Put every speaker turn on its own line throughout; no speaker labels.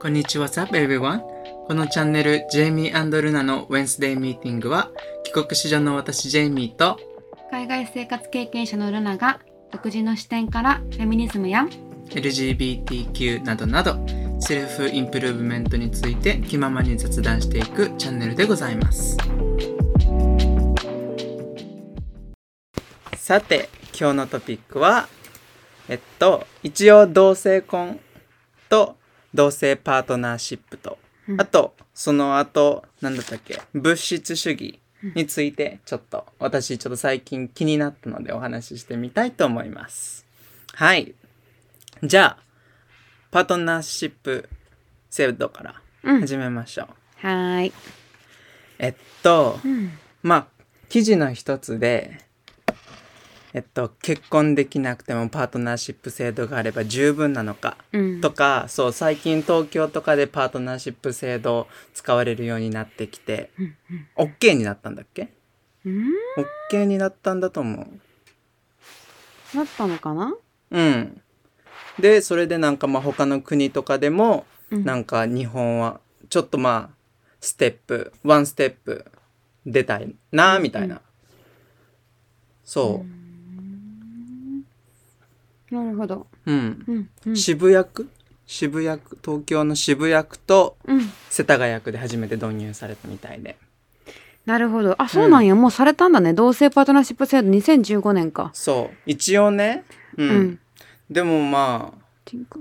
こんにちは、What's up everyone? このチャンネル、ジェイミールナの Wednesday Meeting は、帰国子女の私、ジェイミーと、
海外生活経験者のルナが独自の視点からフェミニズムや
LGBTQ などなど、セルフインプルーブメントについて気ままに雑談していくチャンネルでございます。さて、今日のトピックは、えっと、一応同性婚と同性パートナーシップと、
うん
あと、その後、なんだったっけ、物質主義について、ちょっと、私、ちょっと最近気になったのでお話ししてみたいと思います。はい。じゃあ、パートナーシップ制度から
うん
始めましょう。
はーい、
えっと、
うん、
まあ、記事の一つで、えっと、結婚できなくてもパートナーシップ制度があれば十分なのか
うん
とか、そう、最近東京とかでパートナーシップ制度使われるようになってきて、
うん
オッ OK になったんだっけ
うんん
?OK になったんだと思う。
なったのかな
うん。で、それでなんかまあ他の国とかでも、
うん
なんか日本はちょっとまあステップワンステップ出たいなみたいな、そ
なるほど
ううん、
うんうん
渋谷区渋谷区東京の渋谷区と
うん
世田谷区で初めて導入されたみたいで
なるほどあそうなんや、もうされたんだね同性パートナーシップ制度2015年か
そう一応ねうん、
うん
でもまあ
ていうか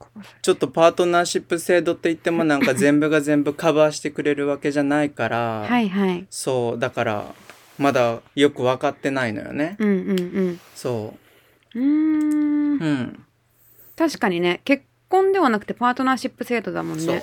こぼさ
ちょっとパートナーシップ制度って言ってもなんか全部が全部カバーしてくれるわけじゃないから、
れはいはい
そうだからまだよく分かってないのよね、
うんうんうん
そう
ーん
ううん
確かにね結婚ではなくてパートナーシップ制度だもん
そう
ね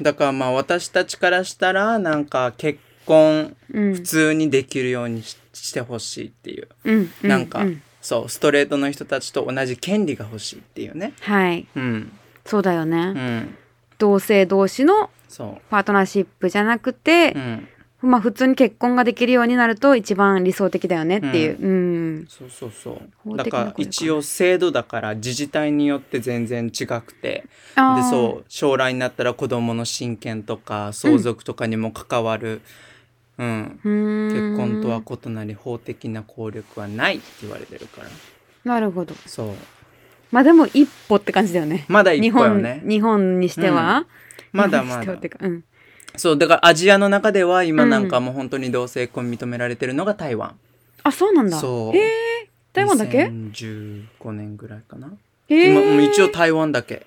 だからまあ私たちからしたらなんか結婚
うん
普通にできるようにししてほしいっていう、
うんう
なんか、
う
そうストレートの人たちと同じ権利が欲しいっていうね
はい
うん
そうだよね、
うん
同性同士の
そ
パートナーシップじゃなくて
うう、ん
まあ普通に結婚ができるようになると一番理想的だよねっていう。うん。
そうそうそう
法
だ
的
か
な
ら
ことか
一応制度だから自治体によって全然違くて
あ
で
ー
そう将来になったら子供の親権とか相続とかにも関わる、うん、
うーん。
結婚とは異なり法的な効力はないって言われてるから
なるほど。
そう
まあでも一歩って感じだよね。
まだ一
日
歩よ
本
ね
日本にしては、
まだ
日
ま
本にして
だ
はってかうん。
そうだからアジアの中では今
うん
なんかもう本当に同性婚認められてるのが台湾、
あそうなんだ。
そう
へえ。台湾だけ？
2015年ぐらいかな、
へえ。
今もう一応台湾だけ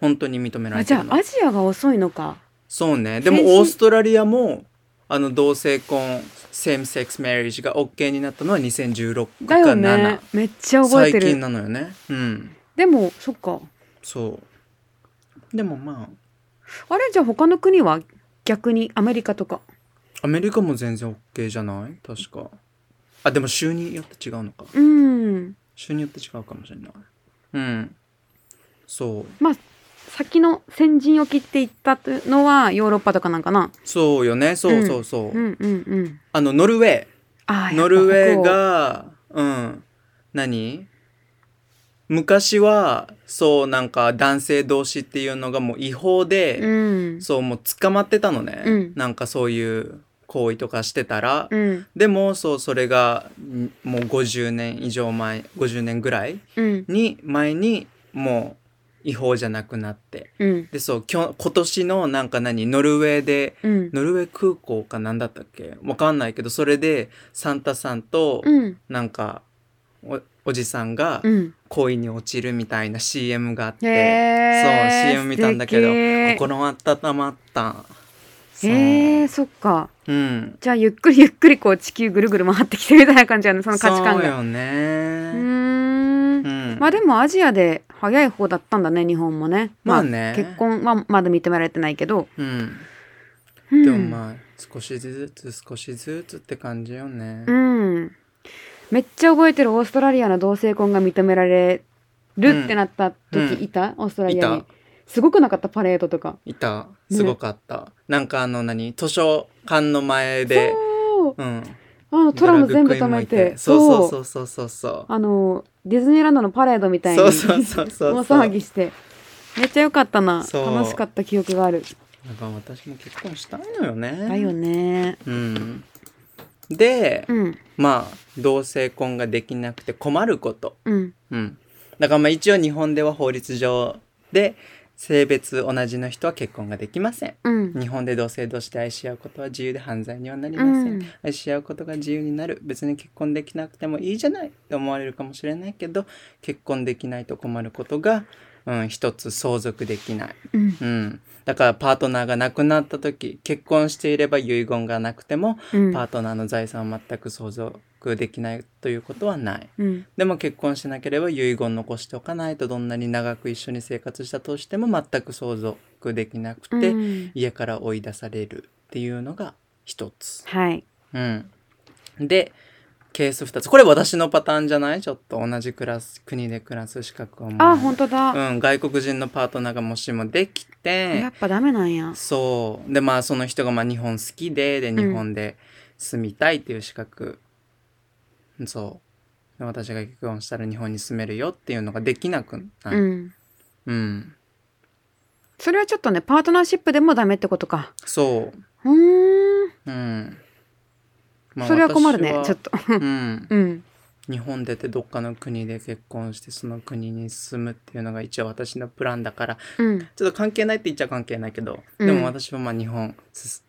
本当に認めら
あ
れて
じゃ
る
あ
の
アジアが遅いのか。
そうねでも
先進
オーストラリアもあの同性婚セームセックスマリージが OK になったのは2016か
だよ
7、
ね。めっちゃ覚え
最
て
近
る。
なのよねうん
でもそっか。
そうでもまあ
あれじゃあ他の国は逆にアメリカとか。
アメリカも全然 OK じゃない確かあでも州によって違うのか
うん。
州によって違うかもしれないうんそう
先の先陣を切っていったというのはヨーロッパとかなんかな
そうよねそうそうそう、
うんうんうん
あのノルウェ
あ
ー
ー
ノルウェー
やっ
がうん何昔はそうなんか男性同士っていうのがもう違法
ぱ
で、
うん
そうもう捕まってたのね、
うん
なんかそういう行為とかしてたら、
うん
でもそうそれがんもう50年以上前50年ぐらい
うん
に前にもう違法じゃなくなって
うん
でそうきょ今年のなんか何ノルウェーで
うん
ノルウェー空港かなんだったっけわかんないけどそれでサンタさんと
うん
なんかおおじさんが
うん
恋に落ちるみたいな CM があって、
へー
そう CM 見たんだけど
素敵
心温まったそう
へえそっか
うん
じゃあゆっくりゆっくりこう地球ぐるぐる回ってきてるみたいな感じやねその価値観
そう
が
よね
うー
うんん
まあでもアジアで早い方だったんだね日本もね
まあね
結婚はまだ認められてないけど
うん
うん
でもまあ少しずつ少しずつって感じよね
うん。めっちゃ覚えてるオーストラリアの同性婚が認められるってなった
うんうん
時いた、オーストラリア
い
に
た。
すごくなかったパレードとか。
いた
ね
すごかった、なんかあの何図書館の前で
そう
うん
あのトラム全部止め
ドラッグクイーンもい
て。
そうそうそうそうそうそう
あのディズニーランドのパレードみたいに
そうそうそうそうそう
大騒ぎして。めっちゃ良かったな
そう
楽しかった記憶がある
だから私も結婚したいのよね。
だよね
うん。で、
うん
まあ、同性婚ができなくて困ること。
うん
うん。だからまあ一応日本では法律上で性別同じの人は結婚ができません。
うん
日本で同性同士で愛し合うことは自由で犯罪にはなり
う
ません。
ん
愛し合うことが自由になる別に結婚できなくてもいいじゃないって思われるかもしれないけど結婚できないと困ることが、うん、一つ相続できない、
うん
うん、だからパートナーが亡くなった時結婚していれば遺言がなくても
うん
パートナーの財産は全く相続できないということはない。
うん
でも結婚しなければ遺言残しておかないとどんなに長く一緒に生活したとしても全く相続できなくて、
うん
家から追い出されるっていうのが一つ。
はい
うん。で、ケース2つ。これ私のパターンじゃないちょっと同じクラス、国で暮らす資格をもらう
あ本当だ
うん、外国人のパートナーがもしもでき
や
て
っ、ぱダメなんや
そう。で、まあその人がまあ日本好きで、で、
ん
日本で住みたいっていう資格。そう。で私が結婚したら日本に住めるよっていうのができなくな
う
る。
ん
うん。
それはちょっとねパートナーシップでもダメってことか
そう
ーん
う。うん。まあ
それは困るね
私
ちょっと
うん。
うん
日本出てどっかの国で結婚してその国に住むっていうのが一応私のプランだから
うん
ちょっと関係ないって言っちゃ関係ないけど、
うん
でも私はまあ日本す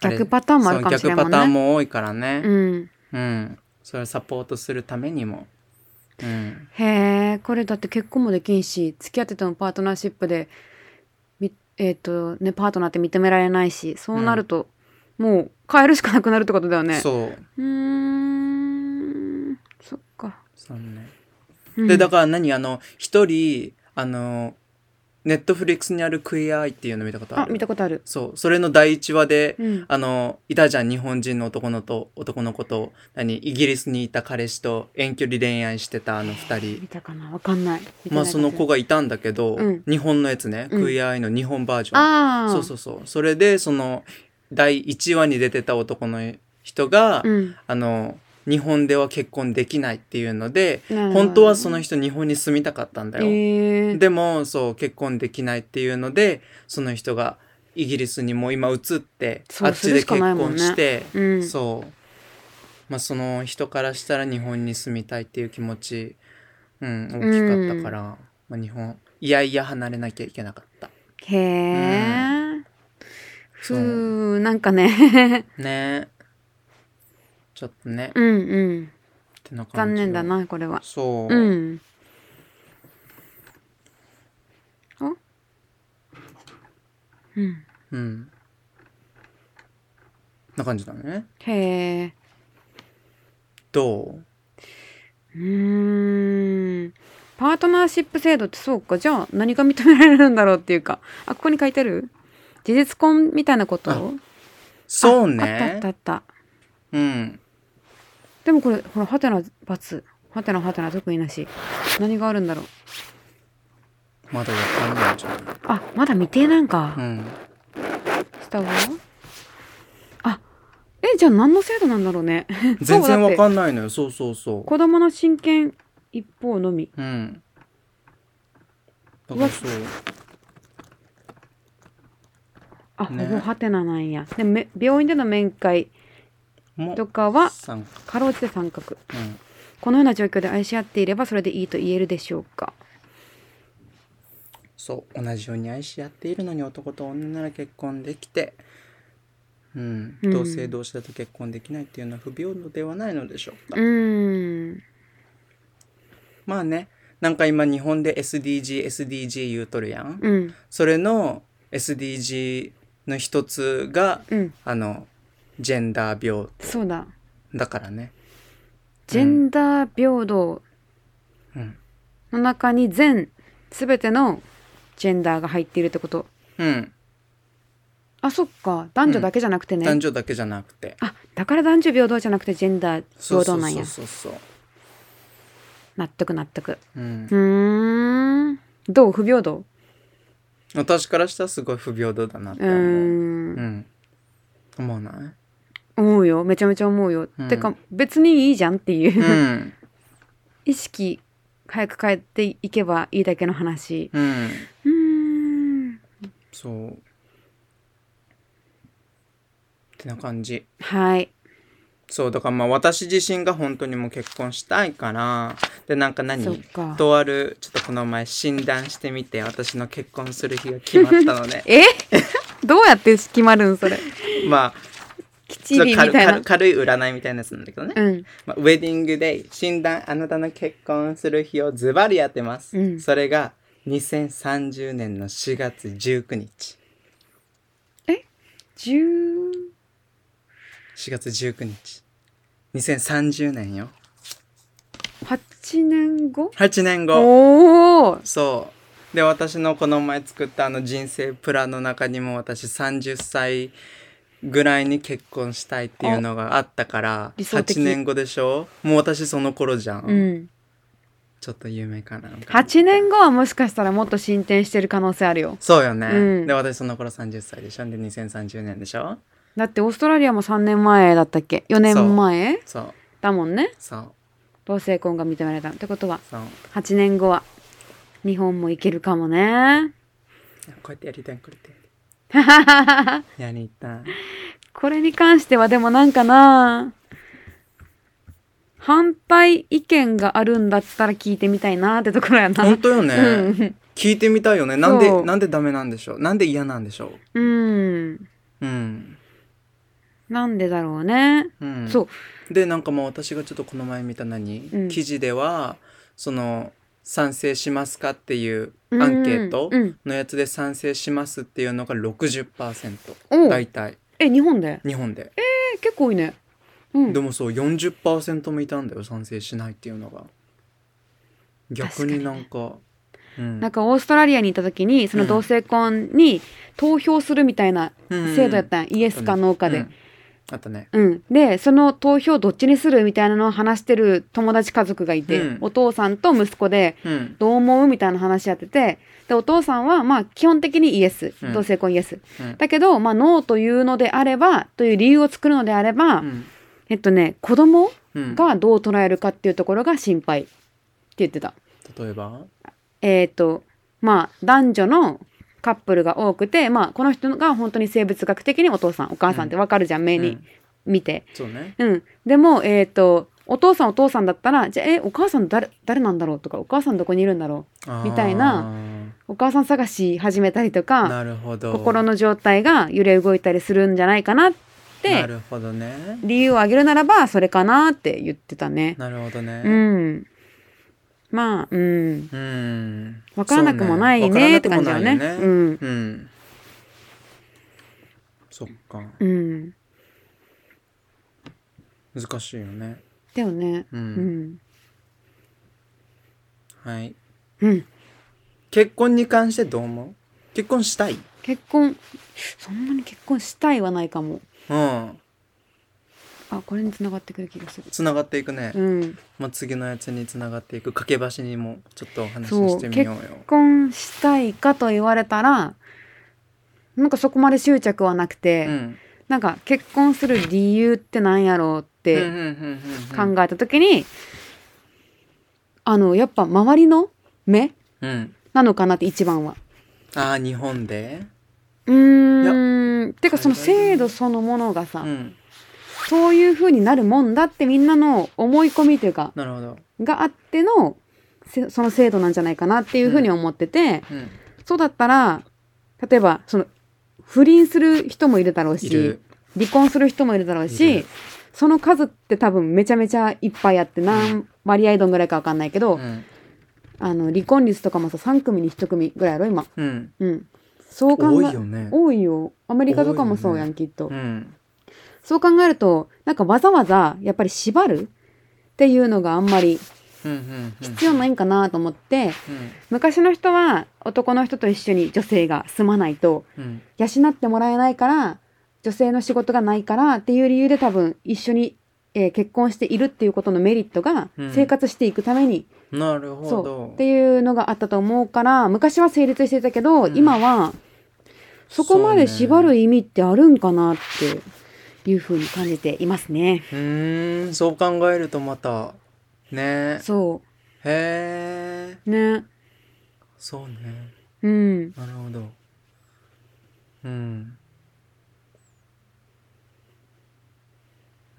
あれ
逆パターンもあるかもしれ
そう逆パタ
な
ー
い
ン
もんね
も多いからね
う、ん
うんそれをサポートするためにも、うん、
へえこれだって結婚もできんし付き合っててもパートナーシップでみえっ、とねパートナーって認められないしそうなると、もう変えるしかなくなるってことだよねう
そう
ーんそっか、
そうね
うん、
でだから何あの一人あのネットフリックスにある「クイアアイ」っていうの見たことあ
あ
る
見たことある
そうそれの第1話で、
うん
あの、いたじゃん、日本人の男のと、男の子と、何、イギリスにいた彼氏と遠距離恋愛してたあの二人。
見たかなわかんない見て
ま
ない
あ、その子
か
がいたんだけど、
うん
日本のやつね、
うん
クイアアイの日本バージョン。
ああ
そうそうそう。それで、その、第1話に出てた男の人が、
うん
あの、日本では結婚できないっていうので、
なるほど
本当はその人日本に住みたかったんだよ。
えー、
でもそう結婚できないっていうのでその人がイギリスにもう今移って
そう
あっちで結婚して、
するしかないもんねうん
そう、まあ、その人からしたら日本に住みたいっていう気持ち、うん、大きかったから、まあ、日本いやいや離れなきゃいけなかった
へえ、ふ
そう
うなんかね
ねちょっとね、っ
うんうん
てな感
残
じ
念だなこれは
そう、
うん。あうん。
うんな感じだね
へえ。
どう
うーん。パートナーシップ制度ってそうか。じゃあ何が認められるんだろうっていうか。あ、ここに書いてある事実婚みたいなこと
あそうね
ああったあったあった。
うん
でもこれ、ほら、ハテナ×。ハテナハテナ特になし。何があるんだろう。
まだわかんないじゃん
あ、まだ未定なんか。
うん
下はあ、え、じゃあ何の制度なんだろうね。
全
そうだ
然
って
わかんないのよそうそうそ
子供の親権一方のみ
ううんだからそう
あ、
ね
ほぼハテナなんやでめ病院での面会
も
とかは
参加
かろうじて三角
うん
このような状況で愛し合っていればそれでいいと言えるでしょうか
そう同じように愛し合っているのに男と女なら結婚できてうん、
うん
同性同士だと結婚できないっていうのは不平等ではないのでしょう
う
か、
ーん
まあねなんか今日本で SDGSDG 言うとるやん、
うん
それの SDG の一つが
うん
あのジェンダー病
そうだ
だからね
ジェンダー平等
うん
の中に全全てのジェンダーが入っているってこと
うん
あそっか男女だけじゃなくてね、
男女だけじゃなくて
あだから男女平等じゃなくてジェンダー
そうそ
平等
う
なん
そ
や
うそうそう
納得納得
うん
う、ーんどう不平等
私からしたらすごい不平等だなって
う
思う。
ーん
うん思わない
思うよめちゃめちゃ思うよ、
うん
てか別にいいじゃんっていう、
うん。
意識早く変えていけばいいだけの話
うん。
うーん
そう。ってな感じ。
はい。
そう、だからまあ私自身が本当にもう結婚したいから、で、なんか
そっ
何
か
とある、ちょっとこの前診断してみて、私の結婚する日が決まったの で、
えどうやって決まるんそれ。
まあ、
き
ち
ち
ょっ
り
と
みた
軽
いな
軽。軽い占いみたいなやつなんだけどね。
うん。
まあ、ウェディングデイ、診断、あなたの結婚する日をズバリやってます。
うん
それが、2030年の4月19日。
十
4月19日。2030年よ。
八年後
8年後。
おお
そう。で、私のこの前作ったあの人生プランの中にも私30歳ぐらいに結婚したいっていうのがあったから、
理想的
8年後でしょもう私その頃じゃん。
うん。
ちょっと夢かな。
八年後はもしかしたらもっと進展してる可能性あるよ。
そうよね。
うん
で、私その頃30歳でしょで、2030年でしょ
だってオーストラリアも三年前だったっけ四年前
そう、
だもんね。
そう、
同性婚が認められた。ってことは、
そう。
八年後は日本も行けるかもね。
こうやってやりたい、これ って。やりたい。
これに関してはでもなんかな反対意見があるんだったら聞いてみたいなってところやな。
本当よね。
うん
聞いてみたいよね。なんで
そ、う
なんでダメなんでしょうなんで嫌なんでしょ
うん。
ううん。
なんでだろうね。
うん、
そう。
でなんかもう私がちょっとこの前見た何、
うん
記事ではその賛成しますかっていうアンケート
うんうん
のやつで賛成しますっていうのが60%
おう
大体
え、日本で
日本で、
え、結構多いね。うん。
でもそう40%もいたんだよ賛成しないっていうのが逆になんかうん
なんかオーストラリアにいた時にその同性婚に投票するみたいな制度やったんや、イエスかノーかで、
うんあったね
うん、でその投票どっちにするみたいなのを話してる友達家族がいて、
うん
お父さんと息子で
うん
どう思うみたいな話やっててでお父さんはまあ基本的にイエス、
うん
同性婚イエス、
うん
だけど、まあ、ノーというのであればという理由を作るのであれば、
うん
えっとね子供
うん
がどう捉えるかっていうところが心配って言ってた。
例えば
えっ、と、まあ、男女のカップルが多くて、まあ、この人が本当に生物学的にお父さん、お母さんってわかるじゃん、目
う
に
ん
見て。
そうね
うん。でも、えっ、と、お父さんお父さんだったら、じゃあ、え、お母さん誰、誰なんだろうとか、お母さんどこにいるんだろみたいなうお母さん探し始めたりと
あー
か、
なるほど
心の状態が揺れ動いたりするんじゃないかなっ
な
て、
るほどね
理由を挙げるならば、それかなって言ってたね。
なるほどね
うん。まあ、うん。
うん。
わからなくもない
そうわから
ね
な
って
くも
感じ
な
よ
いよ
ね。
ね。
うん。
うん。そっか。
うん。
難しいよね。
だよね。
う。
うんん。
はい。
うん。
結婚に関してどう思う結婚したい
結婚、そんなに結婚したいはないかも。
うん。
あ、これに繋がってくる気がする。
つながっていくね。
うん。
まあ、次のやつにつながっていく。架け橋にもちょっとお話し
そう
してみようよ。
結婚したいかと言われたら、なんかそこまで執着はなくて、
うん。
なんか結婚する理由ってなんやろう
う
っ
ん
て
うんうんうんうん
考えた時に、あの、やっぱ周りの目
うん。
なのかなって一番は。
ああ、日本で
うーん。てかその制度そのものがさ、
うん。
そういう風になるもんだってみんなの思い込みというか、
なるほど。
があってのせその制度なんじゃないかなっていうふうに思ってて、
うん。
そうだったら例えばその不倫する人もいるだろう
い
し
る。
離婚する人もいるだろう
い
し
る
その数って多分めちゃめちゃいっぱいあって何割合どんぐらいか分かんないけど、
うん。
あの離婚率とかもさ3組に1組ぐらいやろ今。
うん。
うん、そう考
多
え
いよね。
多いよアメリカとかもそうや
多いよ
ん、きっと、
うん。
そう考えるとなんかわざわざやっぱり縛るっていうのがあんまり
うんうんうん。
必要ないんかなと思って、
うん。
昔の人は男の人と一緒に女性が住まないと
うん。
養ってもらえないから女性の仕事がないからっていう理由で多分一緒に、えー結婚しているっていうことのメリットが
うん
生活していくために、
なるほ
そう
ど。
っていうのがあったと思うから昔は成立していたけど、
うん
今はそこまで縛る意味ってあるんかなっていうふうに感じていますね。
うーん、そう考えるとまた、ね
そ
へえ、
うね
そうね。
うん
なるほど。うん。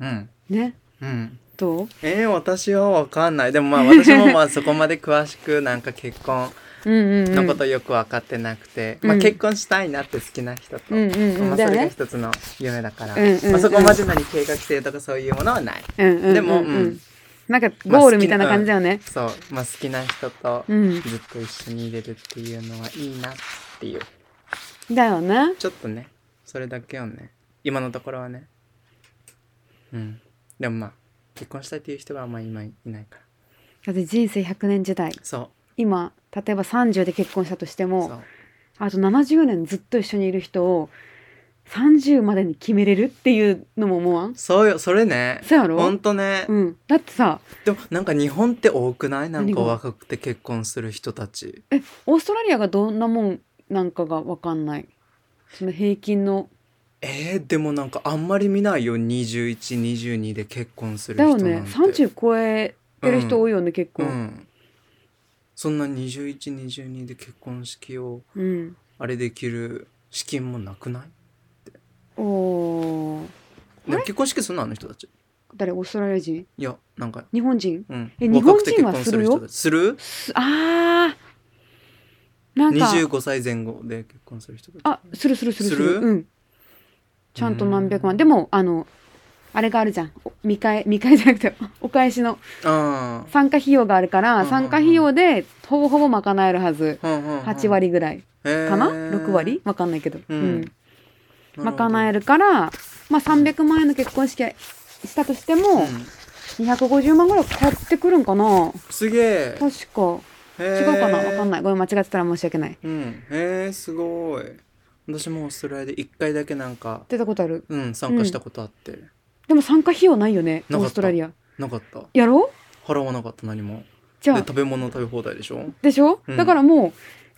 うん。
ね
うん。
どう
えー、私はわかんない。でも まあ私もまあそこまで詳しくなんか結婚
うんうんうん
のことよく分かってなくて、
うん
まあ結婚したいなって好きな人と、
うんうんうん
まあ
だよ
それが
ね
一つの夢だから、
うんうん
まあそこまでなに計画性とかそういうものはない。
うんうんうんうん
でもうん
なんかゴールみたいな感じだよね、
そう、まあ好きな人と
うん
ずっと一緒にいれるっていうのはいいなっていう。
だよね
ちょっとね、それだけをね、今のところはね。うん。でもまあ、結婚したいっていう人はあんまり今いないから。
だって人生100年時代
そ
今例えば30で結婚したとして
う。
も
そう。
あと70年ずっと一緒にいる人を30までに決めれるっていうのも思わん
そうよ、それね。
そうやろ
ほんとね。
うん、だってさ
でもなんか日本って多くないなん
何
か
が
若くて結婚する人たち。
オーストラリアがどんなもんなんかがわかんないその平均の
えー、でもなんかあんまり見ないよ。21、22で結婚する
だ
人な
よ
んて。
ね30超えてる人多いよね、結構、
うん。そんな21、22で結婚式を
うん、
あれできる資金もなくない
おー
でも結婚式するのあの人たち。
誰オーストラリア人
いや、なんか、
日本人
うん。
え
若くて
日本人は
結婚人たちする
すあーなんか
?25 歳前後で結婚する人たち。
あするするするする
する
うんちゃんと何百
うん
万でもあのあれがあるじゃんお見返見返じゃなくて お返しの
あ
参加費用があるか
うんうん
ら
うん
参加費用でほぼほぼ賄えるはず
あ。うんうんうん
8割ぐらいかな、6割わかんないけど、
う
うんん、
え
賄
へ
えるから、まあ、300万円の結婚式したとして
ーな
も
るほどうん
250万ぐらい買ってくるんかな
すげえ。
確か違
違
うかなわかん
い。
ないごめん間違ってたら申し訳ない
うん。えー、すごい。私もオーストラリアで1回だけなんか、
出たことある
うん、参加したことあって。
でも参加費用ないよね
な
オ
かった
ーストラリア
なかった。
やろう
払わなかった、何も。
じゃ
で
あ
食べ物食べ放題でしょ
でしょ、
うん
だからもう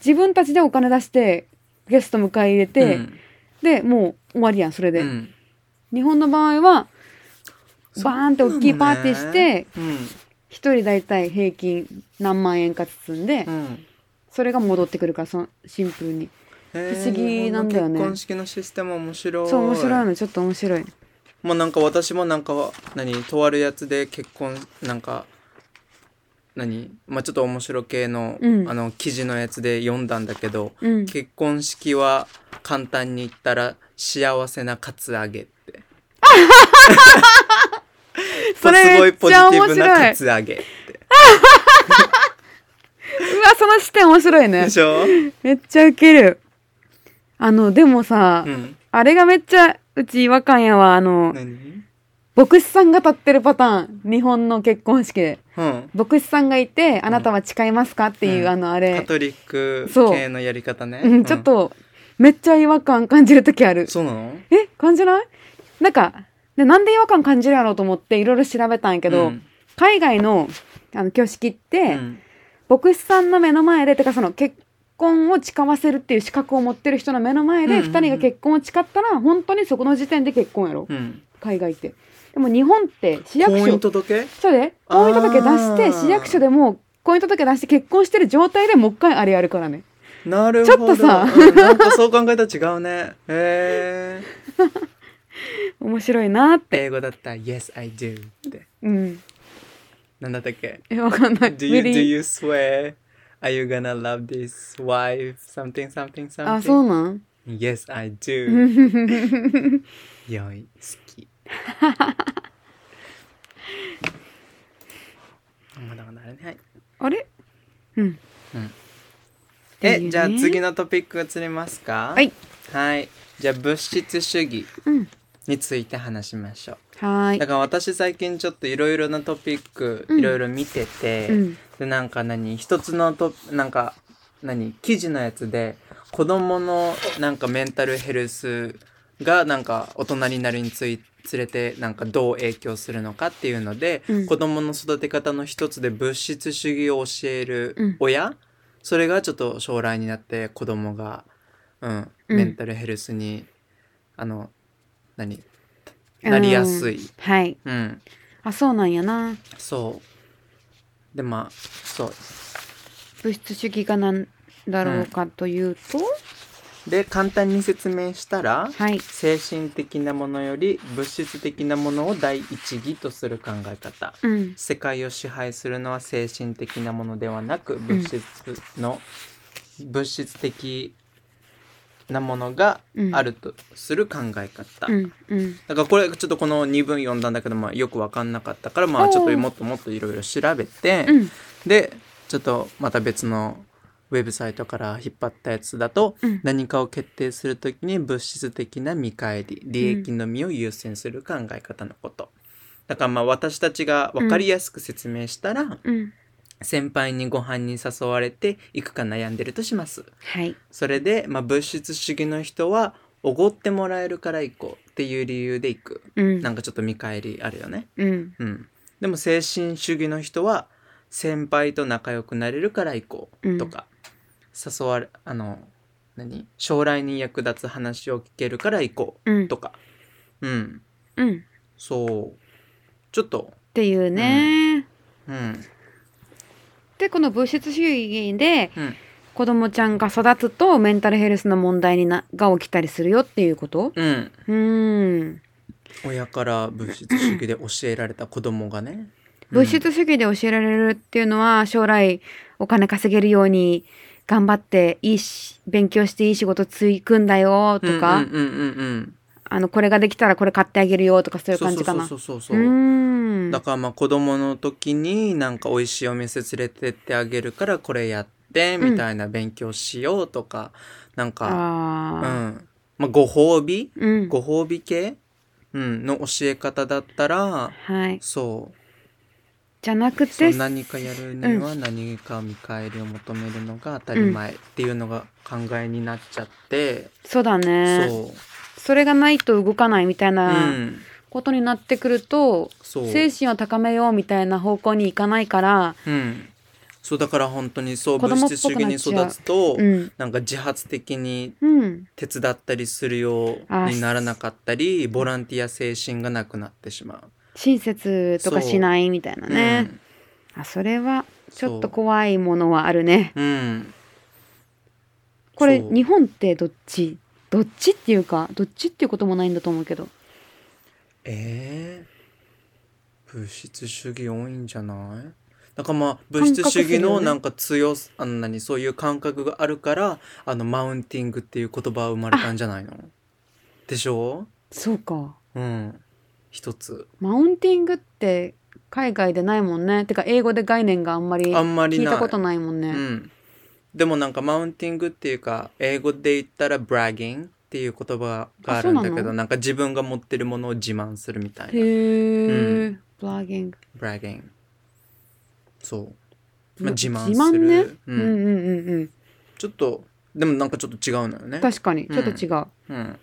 自分たちでお金出してゲスト迎え入れて、
うん
でもう終わりやんそれで、
うん
日本の場合はバーンって大きい
そうなのね
パーティーして
うん
一人大体平均何万円か包んで、
うん
それが戻ってくるからそのシンプルに
へー
不思議なんだよね
日本の結婚式のシステム面白い
そう面白いのちょっと面白い
もうなんか私もなんか何とあるやつで結婚なんか何まあちょっと面白系の、
うん
あの記事のやつで読んだんだけど、
うん
結婚式は簡単に言ったら幸せなカツアゲって
それ
すご
め
い
っ
ポジ
ち
テ
ゃ
ィ
面
ブな
白い
カツアゲって
うわその視点面白いね
でしょ、
めっちゃウケるあのでもさ、
うん、
あれがめっちゃうち違和感やわあの
何
牧師さんが立ってるパターン日本の結婚式で
うん
牧師さんがいて「あなたは誓いますか?」っていう、
うん
あのあ
カ
れ、
トリック
そう
系のやり方ね、
うん、ちょっと、めっちゃ違和感感じる時ある
そうなの
え感じないなんかでなんで違和感感じるやろうと思っていろいろ調べたんやけ
う
ど、
ん
海外のあの挙式って、
うん
牧師さんの目の前でてかその結婚を誓わせるっていう資格を持ってる人の目の前
うん
で
うんうん
2人が結婚を誓ったら本当にそこの時点で結婚やろ
うん、
海外ってでも日本って市役
婚姻
所
届
そうで婚姻届出して
あー
市役所でもう婚姻届出して結婚してる状態でもう一回あれやるからね
なるほど
ちょっとさ
うんなんかそう考えたら違うねへえ
面白いなって
英語だったら「Yes I do」って
うん
なんだったっけ
えわかんない
Do you,
Really？
do you swear? Are you gonna love this wife? Something something something
あそうなん
Yes I do
面
よい好 きまだまだあれねはい
あれうんっていう
え
ね
じゃあ次のトピック移りますか
はい
はいじゃあ物質主義
うん
について話しましょう
はー
だ
い
から私最近ちょっといろいろなトピック
うん
いろいろ見てて、
うん
でなんか何一つのトなんか何記事のやつで子供のなんかメンタルヘルスがなんか大人になるについ連れてなんかどう影響するのかっていうので、
うん
子供の育て方の一つで物質主義を教え
うん
る親、それがちょっと将来になって子供がうん、
うん
メンタルヘルスにあの何なりやすい。
はい
うん、
あそうなんやな
そう。で、まあ、そう。
物質主義がなんだろうかというと、
で簡単に説明したら
はい。
精神的なものより物質的なものを第一義とする考え方
うん。
世界を支配するのは精神的なものではなく物質の、物質的なものがあるとする考え方、
うん。うん。
だからこれちょっとこの2文読んだんだけど、まあ、よく分かんなかったからまあ
おー
ちょっともっともっといろいろ調べて、
うん。
でちょっとまた別のウェブサイトから引っ張ったやつだと、
うん
何かを決定するときに物質的な見返り利益のみを優先する考え方のこと、だからまあ私たちが分かりやすく説明したら、
うん。
先輩にご飯に誘われて行くか悩んでるとします
はい。
それで、まあ、物質主義の人はおごってもらえるから行こうっていう理由で行く
うん
な。んかちょっと見返りあるよね
うん。
うん、でも精神主義の人は先輩と仲良くなれるから行こうとか、誘われあの何将来に役立つ話を聞けるから行こ
うん
う。とかうん
うん。っ
そうちょっと
ていうね。
うん
で、この物質主義で
うん
子供ちゃんが育つとメンタルヘルスの問題になが起きたりするよっていうこと
うん
うーん。
親から物質主義で教えられた子供がね
物質主義で教えられるっていうのは将来お金稼げるように頑張っていいし勉強していい仕事ついくんだよと
う
か、
んうんうんうんうん
あのこれができたらこれ買ってあげるよとかそういう
そう
感
そ
じ
う
か
そ
な。
うそうそう
うーん
だからまあ子供の時になんか美味しいお店連れてってあげるからこれやって
うん
みたいな勉強しようとか、なんか、うん
あ
まあ、ご褒美
ーうん
ご褒美系、うん、の教え方だったら
はい
そう
じゃなく
そ
て
う何かやるには何か見返りを求めるのが当たり前っていうのが考えになっちゃって、
そうだねそ
そう、、
れがないと動かないみたいうなんことになってくると、
そう
精神を高めようみたいな方向に行かないから、
うん、そうだから本当にそう
子
物
供っぽ
質主義
くな
に
っちゃう
育つと、
うん
なんか自発的に
うん、
手伝ったりするよう
あ
にならなかったりボランティア精神がなくなってしま
親切とかしないみたいな
う。
ね。あそれはちょっ
そ
と
う
怖いものはあるね
うん、うん、
これ
そう
日本ってどっちどっちっていうかどっちっていうこともないんだと思うけど
えー、物質主義多いんじゃないだからまあ物質主義のなんか強すあんなにそういう感覚があるからあのマウンティングっていう言葉は生まれたんじゃないのでしょ
そうか
ううん一つ
マウンティングって海外でないもんねてか英語で概念があんまり
あんまり
聞い
ない
たことないもんね
うん、でもなんかマウンティングっていうか英語で言ったら bragging っていう言葉があるんだけ
あそ
ど
うな
な
の
んか自分が持ってるものを自慢するみたい
へ
な
え、
う
ブラギング
bragging そう、まあ、
うん
自慢する
自慢ね
う
うんんうんうんうん
ちょっとでもなんかちょっと違うのよね
確か
う
にち
ん
ょっと違う、
うん、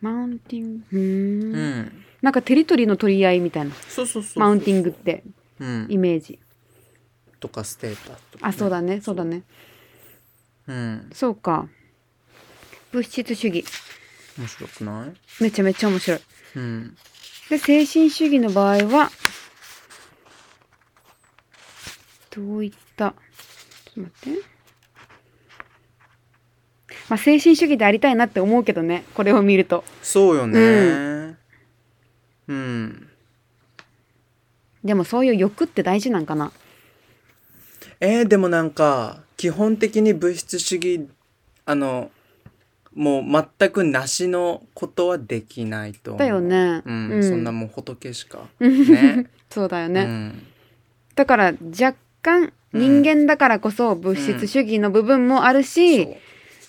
マウンティングふーん
うん、
なんかテリトリーの取り合いみたいな
そうそうそうそう
マウンティングっ、て
うん
イ、メージ
とかステータスとか、
あそうだねそうだね
うん
そうか物質主義
面白くない
めちゃめちゃ面白い。
うん
で、精神主義の場合は、どういった、ちょっと待って。まあ、精神主義でありたいなって思うけどね、これを見ると。
そうよね
う
うん
でもそういう欲って大事なんかな。
えー、でもなんか基本的に物質主義あのもう全くなしのことはできないと思う
だよね。
うん
うん
そんなもう仏しか
うん
ね
そうだよ
う
ね。
ん、
だから若干、
うん
人間だからこそ物質主義の部分もあるし、
そう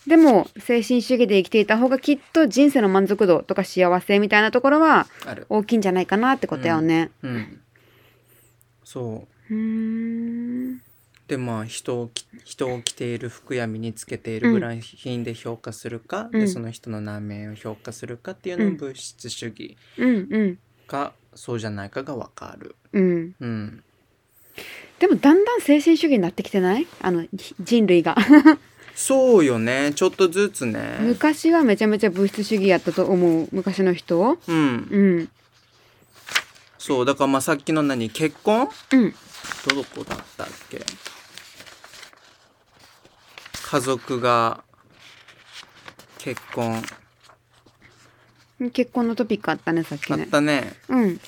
でも精神主義で生きていた方がきっと人生の満足度とか幸せみたいなところは
ある
大きいんじゃないかなってことやよね。
うんそう
うーん。
でまあ人をき人を着ている服や身につけているブラン品で評価するか、
う
で
ん
その人の内面を評価するかっていうの
う
を
ん
物質主義
うんうん
かそうじゃないかがわかる
うん。
うん
でもだんだん精神主義になってきてないあのひ人 類が。
そうよねちょっとずつね
昔はめちゃめちゃ物質主義やったと思う昔の人。
うん
うん。
そうだからまあさっきの何結婚
うん。
どこだったっけ家族が結婚。
結婚のトピックあったね、さっき
あっ
ね。
たね。
うん。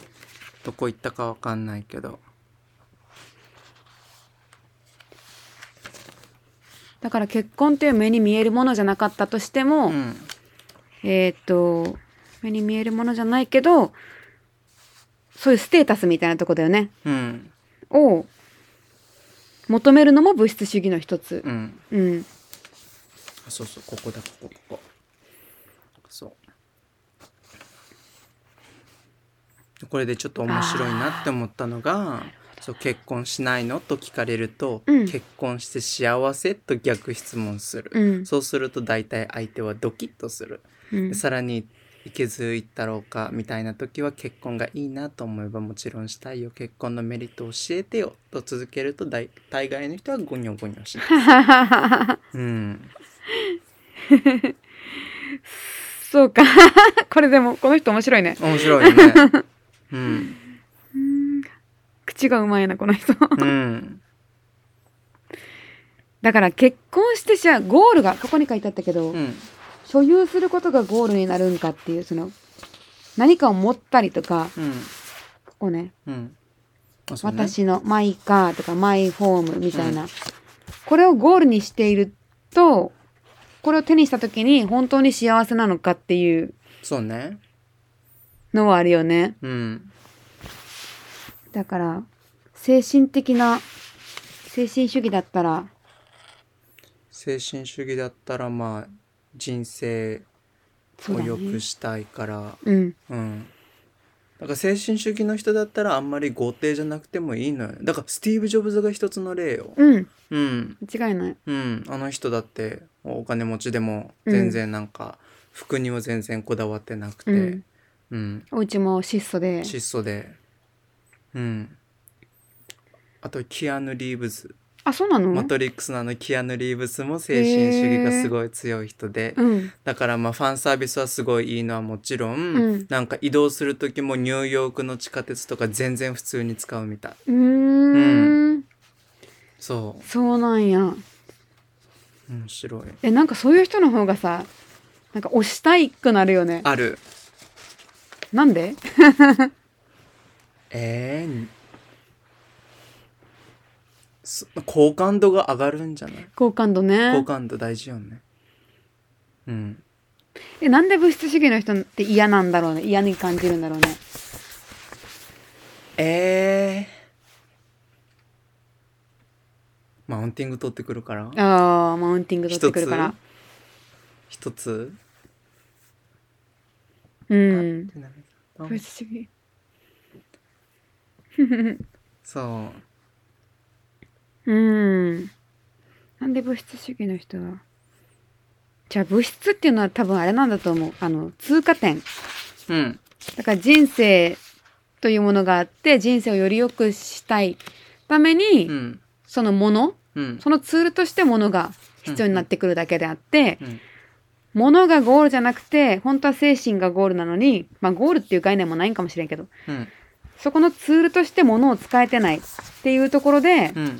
どこ行ったかわかんないけど。
だから結婚っていう目に見えるものじゃなかったとしても、
うん。
えーっと、目に見えるものじゃないけど、そういうステータスみたいなとこだよね。
うん。
を求めるのも物質主義の一つ
う。ん。
うん。
あそうそう、ここだ、ここ、ここ。そう。これでちょっと面白いなって思ったのが、そう結婚しないのと聞かれると、
うん
結婚して幸せと逆質問する、
うん
そうすると大体相手はドキッとする、
うん
でさらにいけずいったろうかみたいな時は結婚がいいなと思えばもちろんしたいよ結婚のメリットを教えてよと続けると大大概の人はゴニョゴニョします うん
そうか。 これでも、この人面白いね。
面白いねうん
口がうまいな、この人。
うん
だから結婚してしゃ、ゴールが、ここに書いてあったけど、
うん
所有することがゴールになるんかっていう、その、何かを持ったりとか、
うん
ここね、
うんあそうね
私のマイカーとかマイホームみたいな、これをゴールにしていると、これを手にした時に本当に幸せなのかっていう
そうね
のはあるよね。
うん
だから、精神的な、精神主義だったら、
精神主義だったらまあ人生
そう
を
だ
良く
ね。
したいから
うん。
うん。だから精神主義の人だったらあんまり豪邸じゃなくてもいいのよ。だからスティーブ・ジョブズが一つの例よ。
うん。
うん。
間違いない。
うん。あの人だってお金持ちでも全然なんか服には全然こだわってなくて、
う
うん
ん。。お家も質素で。
質素で。うん。あとキアヌ・リーブズ。
あ、そうなの
マトリックスのあのキアヌ・リーブズも精神主義がすごい強い人で。
うん。
だからまあファンサービスはすごいいいのはもちろん、
うん
なんか移動する時もニューヨークの地下鉄とか全然普通に使うみたいう
ーん。
そ
そうなんや。
う面白い
え、なんかそういう人の方がさ、なんか押したいくなるよね。
ある
なんで
えー、そ好感度が上がるんじゃない
好感度
好
ね。
感度大事よねうん
え、なんで物質主義の人って嫌なんだろうね。嫌に感じるんだろうね。
えーマウンティング取ってくるから
ああ、マウンティング取ってくるから。
一つ
うん。
あ
物質主義。
そう
うん。なんで物質主義の人はじゃあ物質っていうのは多分あれなんだと思う。あの、通過点。
うん
だから人生というものがあって、人生をより良くしたいために、
うん
そのもの、
うん
そのツールとしてものが必要になってくるだけであって、
うん
ものがゴールじゃなくて、本当は精神がゴールなのに、まあゴールっていう概念もないんかもしれんけど、
うん
そこのツールとしてものを使えてないっていうところで、
うん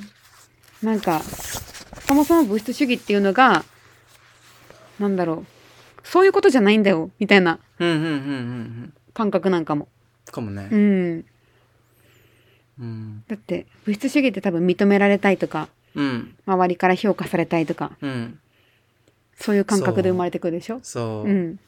なんか、そもそも物質主義っていうのが、なんだろう、そういうことじゃないんだよ、みたいな
うんうんうんうんうん
感覚なんかも。
かもね
うん。
うん
だって、物質主義って多分認められたいとか、
うん
周りから評価されたいとか、
うん
そういう感覚で生まれてくるでしょ
そう、
うん。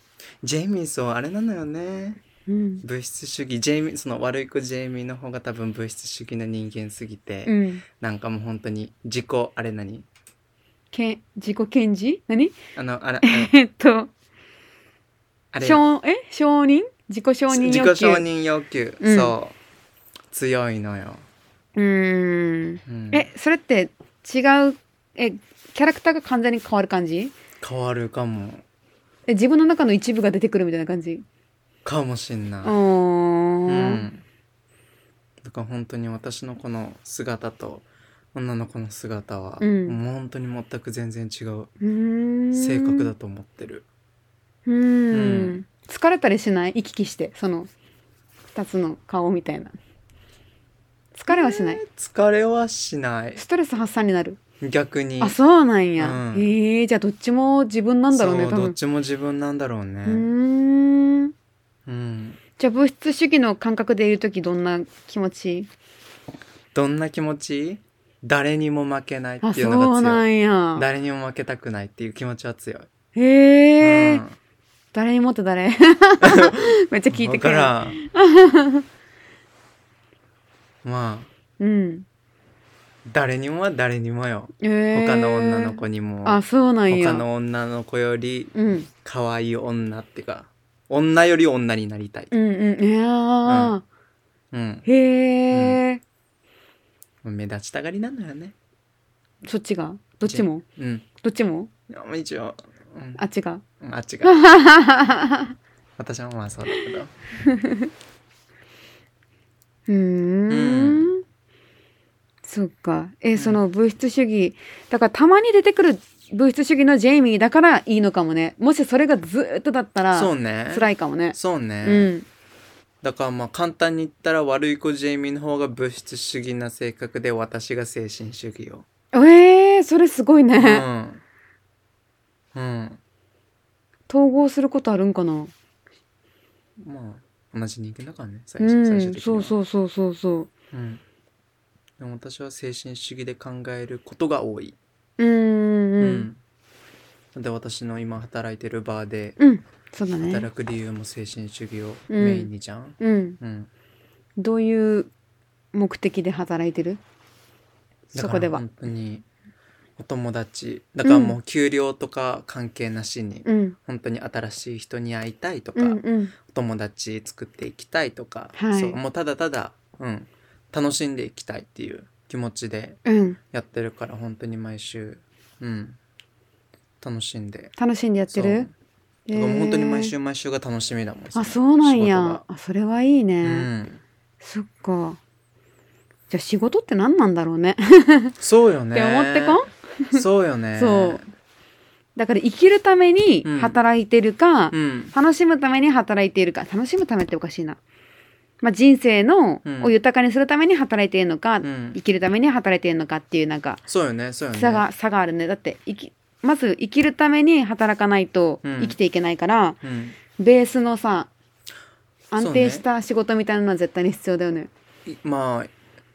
ジェイミーそうあれなのよね
うん。
物質主義ジェイミーその悪い子ジェイミーの方が多分物質主義な人間すぎて、
うん。
なんかもう本当に自己あれ何
けん自己顕示何
あのあれ
えっと、
あれ
承え承認自己承認
自
欲
己承
求。
認要求、
うん
そう強いのよ、
うーん。
うん、
え、それって違う、え、キャラクターが完全に変わる感じ
変わるかも
え自分の中の一部が出てくるみたいな感じ、
かもしんないう
ー
うんん、だから本当に私のこの姿と女の子の姿は、
うん
もう本当に全く全然違う
うーん
性格だと思ってる、
うーん
うん
疲れたりしない行き来してその2つの顔みたいな疲れはしない、
疲れはしない
ストレス発散になる
逆に
あそうなん
う
や、
ん
えー、じゃあどっちも自分なんだろうね
そ
多
どっ
分
ちも自分なんだろう
う
ね
ーん
うん
じゃあ物質主義の感覚で言う時どんな気持ち
どんな気持ち誰にも負けない
あ
っていう
そ
の
うな
が強い
んや
誰にも負けたくないっていう気持ちは強い、
へえ
う
ー
ん
誰にもっ て誰めっちゃ聞いてくれる
だから まあ
うん
誰にもは誰にもよ、
えー、
他の女の子にも
あそうなんや
他の女の子より
うん
可愛い女ってか女より女になりたい、
うんうんいやー、
うんうん、
へえ、
目立ちたがりなのよね
そっちがどっちも
うん
どっちも
一応、うん
あっちが
うん、あっ ちが私はまあそうだけど
うーん
うん
そっかえ、その物質主義だからたまに出てくる物質主義のジェイミーだからいいのかもねもしそれがずーっとだったら
そうね
辛いかもね
そう
う
ね、
ん
だからまあ簡単に言ったら悪い子ジェイミーの方が物質主義な性格で私が精神主義 よ
えー、それすごいうね、
ん、うん、
統合することあるんかな
まあ同じ人間だからね最
う
初最終
ん
的には
そうそうそうそうそう
うん、でも私は精神主義で考えることが多い、
うーん
う
うん
で私の今働いてるバーで
うんそうだね
働く理由も精神主義を
うん
メインにじゃん、
うん
うん、
どういう目的で働いてる
だ
そ
か
こで
ら
は
本当にお友達だからもう給料とか関係なしに、
うん
本当に新しい人に会いたいとか、
うんうん
お友達作っていきたいとか、
はい
そうもうただただ、うん、楽しんでいきたいっていう気持ちで
うん
やってるから本当に毎週、うん、楽しんで
楽しんでやってる
そうだからもう本当に毎
え
週毎週が楽しみだもん
ーあそうなん
仕事
や
が
あそれはいいうね、
ん、
そっかじゃあ仕事って何なんだろうね
そうよね
って思ってこ ん
そうよね
そうだから生きるために
うん
働いてるか、
うん
楽しむために働いているか楽しむためっておかしいな、まあ、人生の、
うん
を豊かにするために働いているのか、
うん
生きるために働いているのかっていうなんか
そうよねそうよね
差が,、差があるねだって生きまず生きるために働かないと
うん
生きていけないから、
うん、
ベースのさ
ね
安定した仕事みたいなのは絶対に必要だよね。
いまあ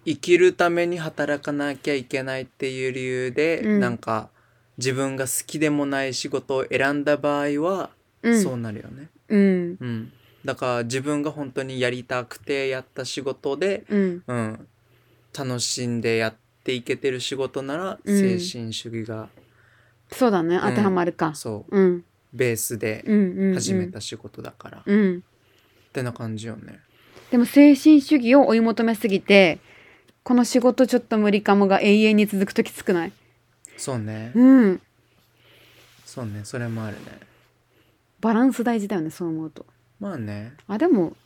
生きるために働かなきゃいけないっていう理由で、
うん
なんか自分が好きでもない仕事を選んだ場合は、
うん
そうなるよね、
うん
うん、だから自分が本当にやりたくてやった仕事で、
うん
うん、楽しんでやっていけてる仕事なら
うん
精神主義が、
そうだね当てはまるか。
そう
うん
ベースで
うんうんうん
始めた仕事だから、っ
うん
てな感じよね。
でも精神主義を追い求めすぎてこの仕事ちょっと無理かもが永遠に続くときつくない
そうね、
うん
そうねそれもあるね。
バランス大事だよねそう思うと。
まあね
あでも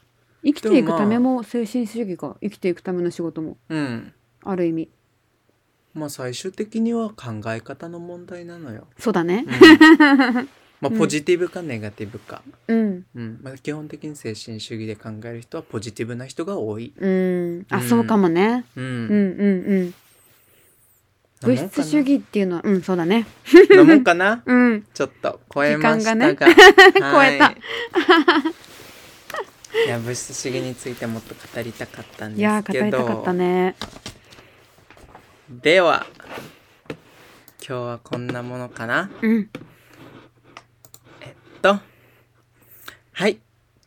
生きてい
でもま
く
あ
ためも精神主義が生きていくための仕事も
うん
ある意味
まあ最終的には考え方の問題なのよ。
そうだね
う んまあポジティブかネガティブか。
うん
うんまあ、基本的に精神主義で考える人はポジティブな人が多い。
うんあ、
うん
そうかもね
う。
うんんうんうん
なも
物
んかな
質主義っていうのはうんそうだね
なもんかな
うん
ちょっと超えまし
時
た
間がね
が。
超えた
はい。 いや物質主義についてもっと語りたかったん
いや
です
ー語
け
り
ど
たかったね
では今日はこんなものかな
うん
とはい今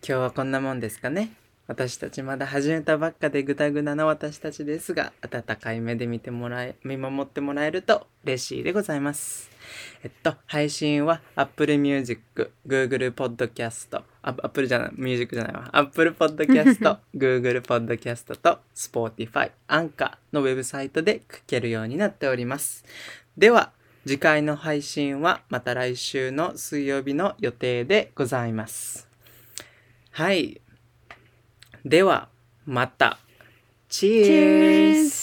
日はこんなもんですかね私たちまだ始めたばっかでグダグダな私たちですが温かい目で見てもらえ見守ってもらえると嬉しいでございますえっと配信は Apple Music Google Podcast あ Apple じゃない Music じゃないわ Apple Podcast Google Podcast と Spotify アンカーのウェブサイトで聞けるようになっておりますでは次回の配信はまた来週の水曜日の予定でございます。はい。では、また。チ
Cheers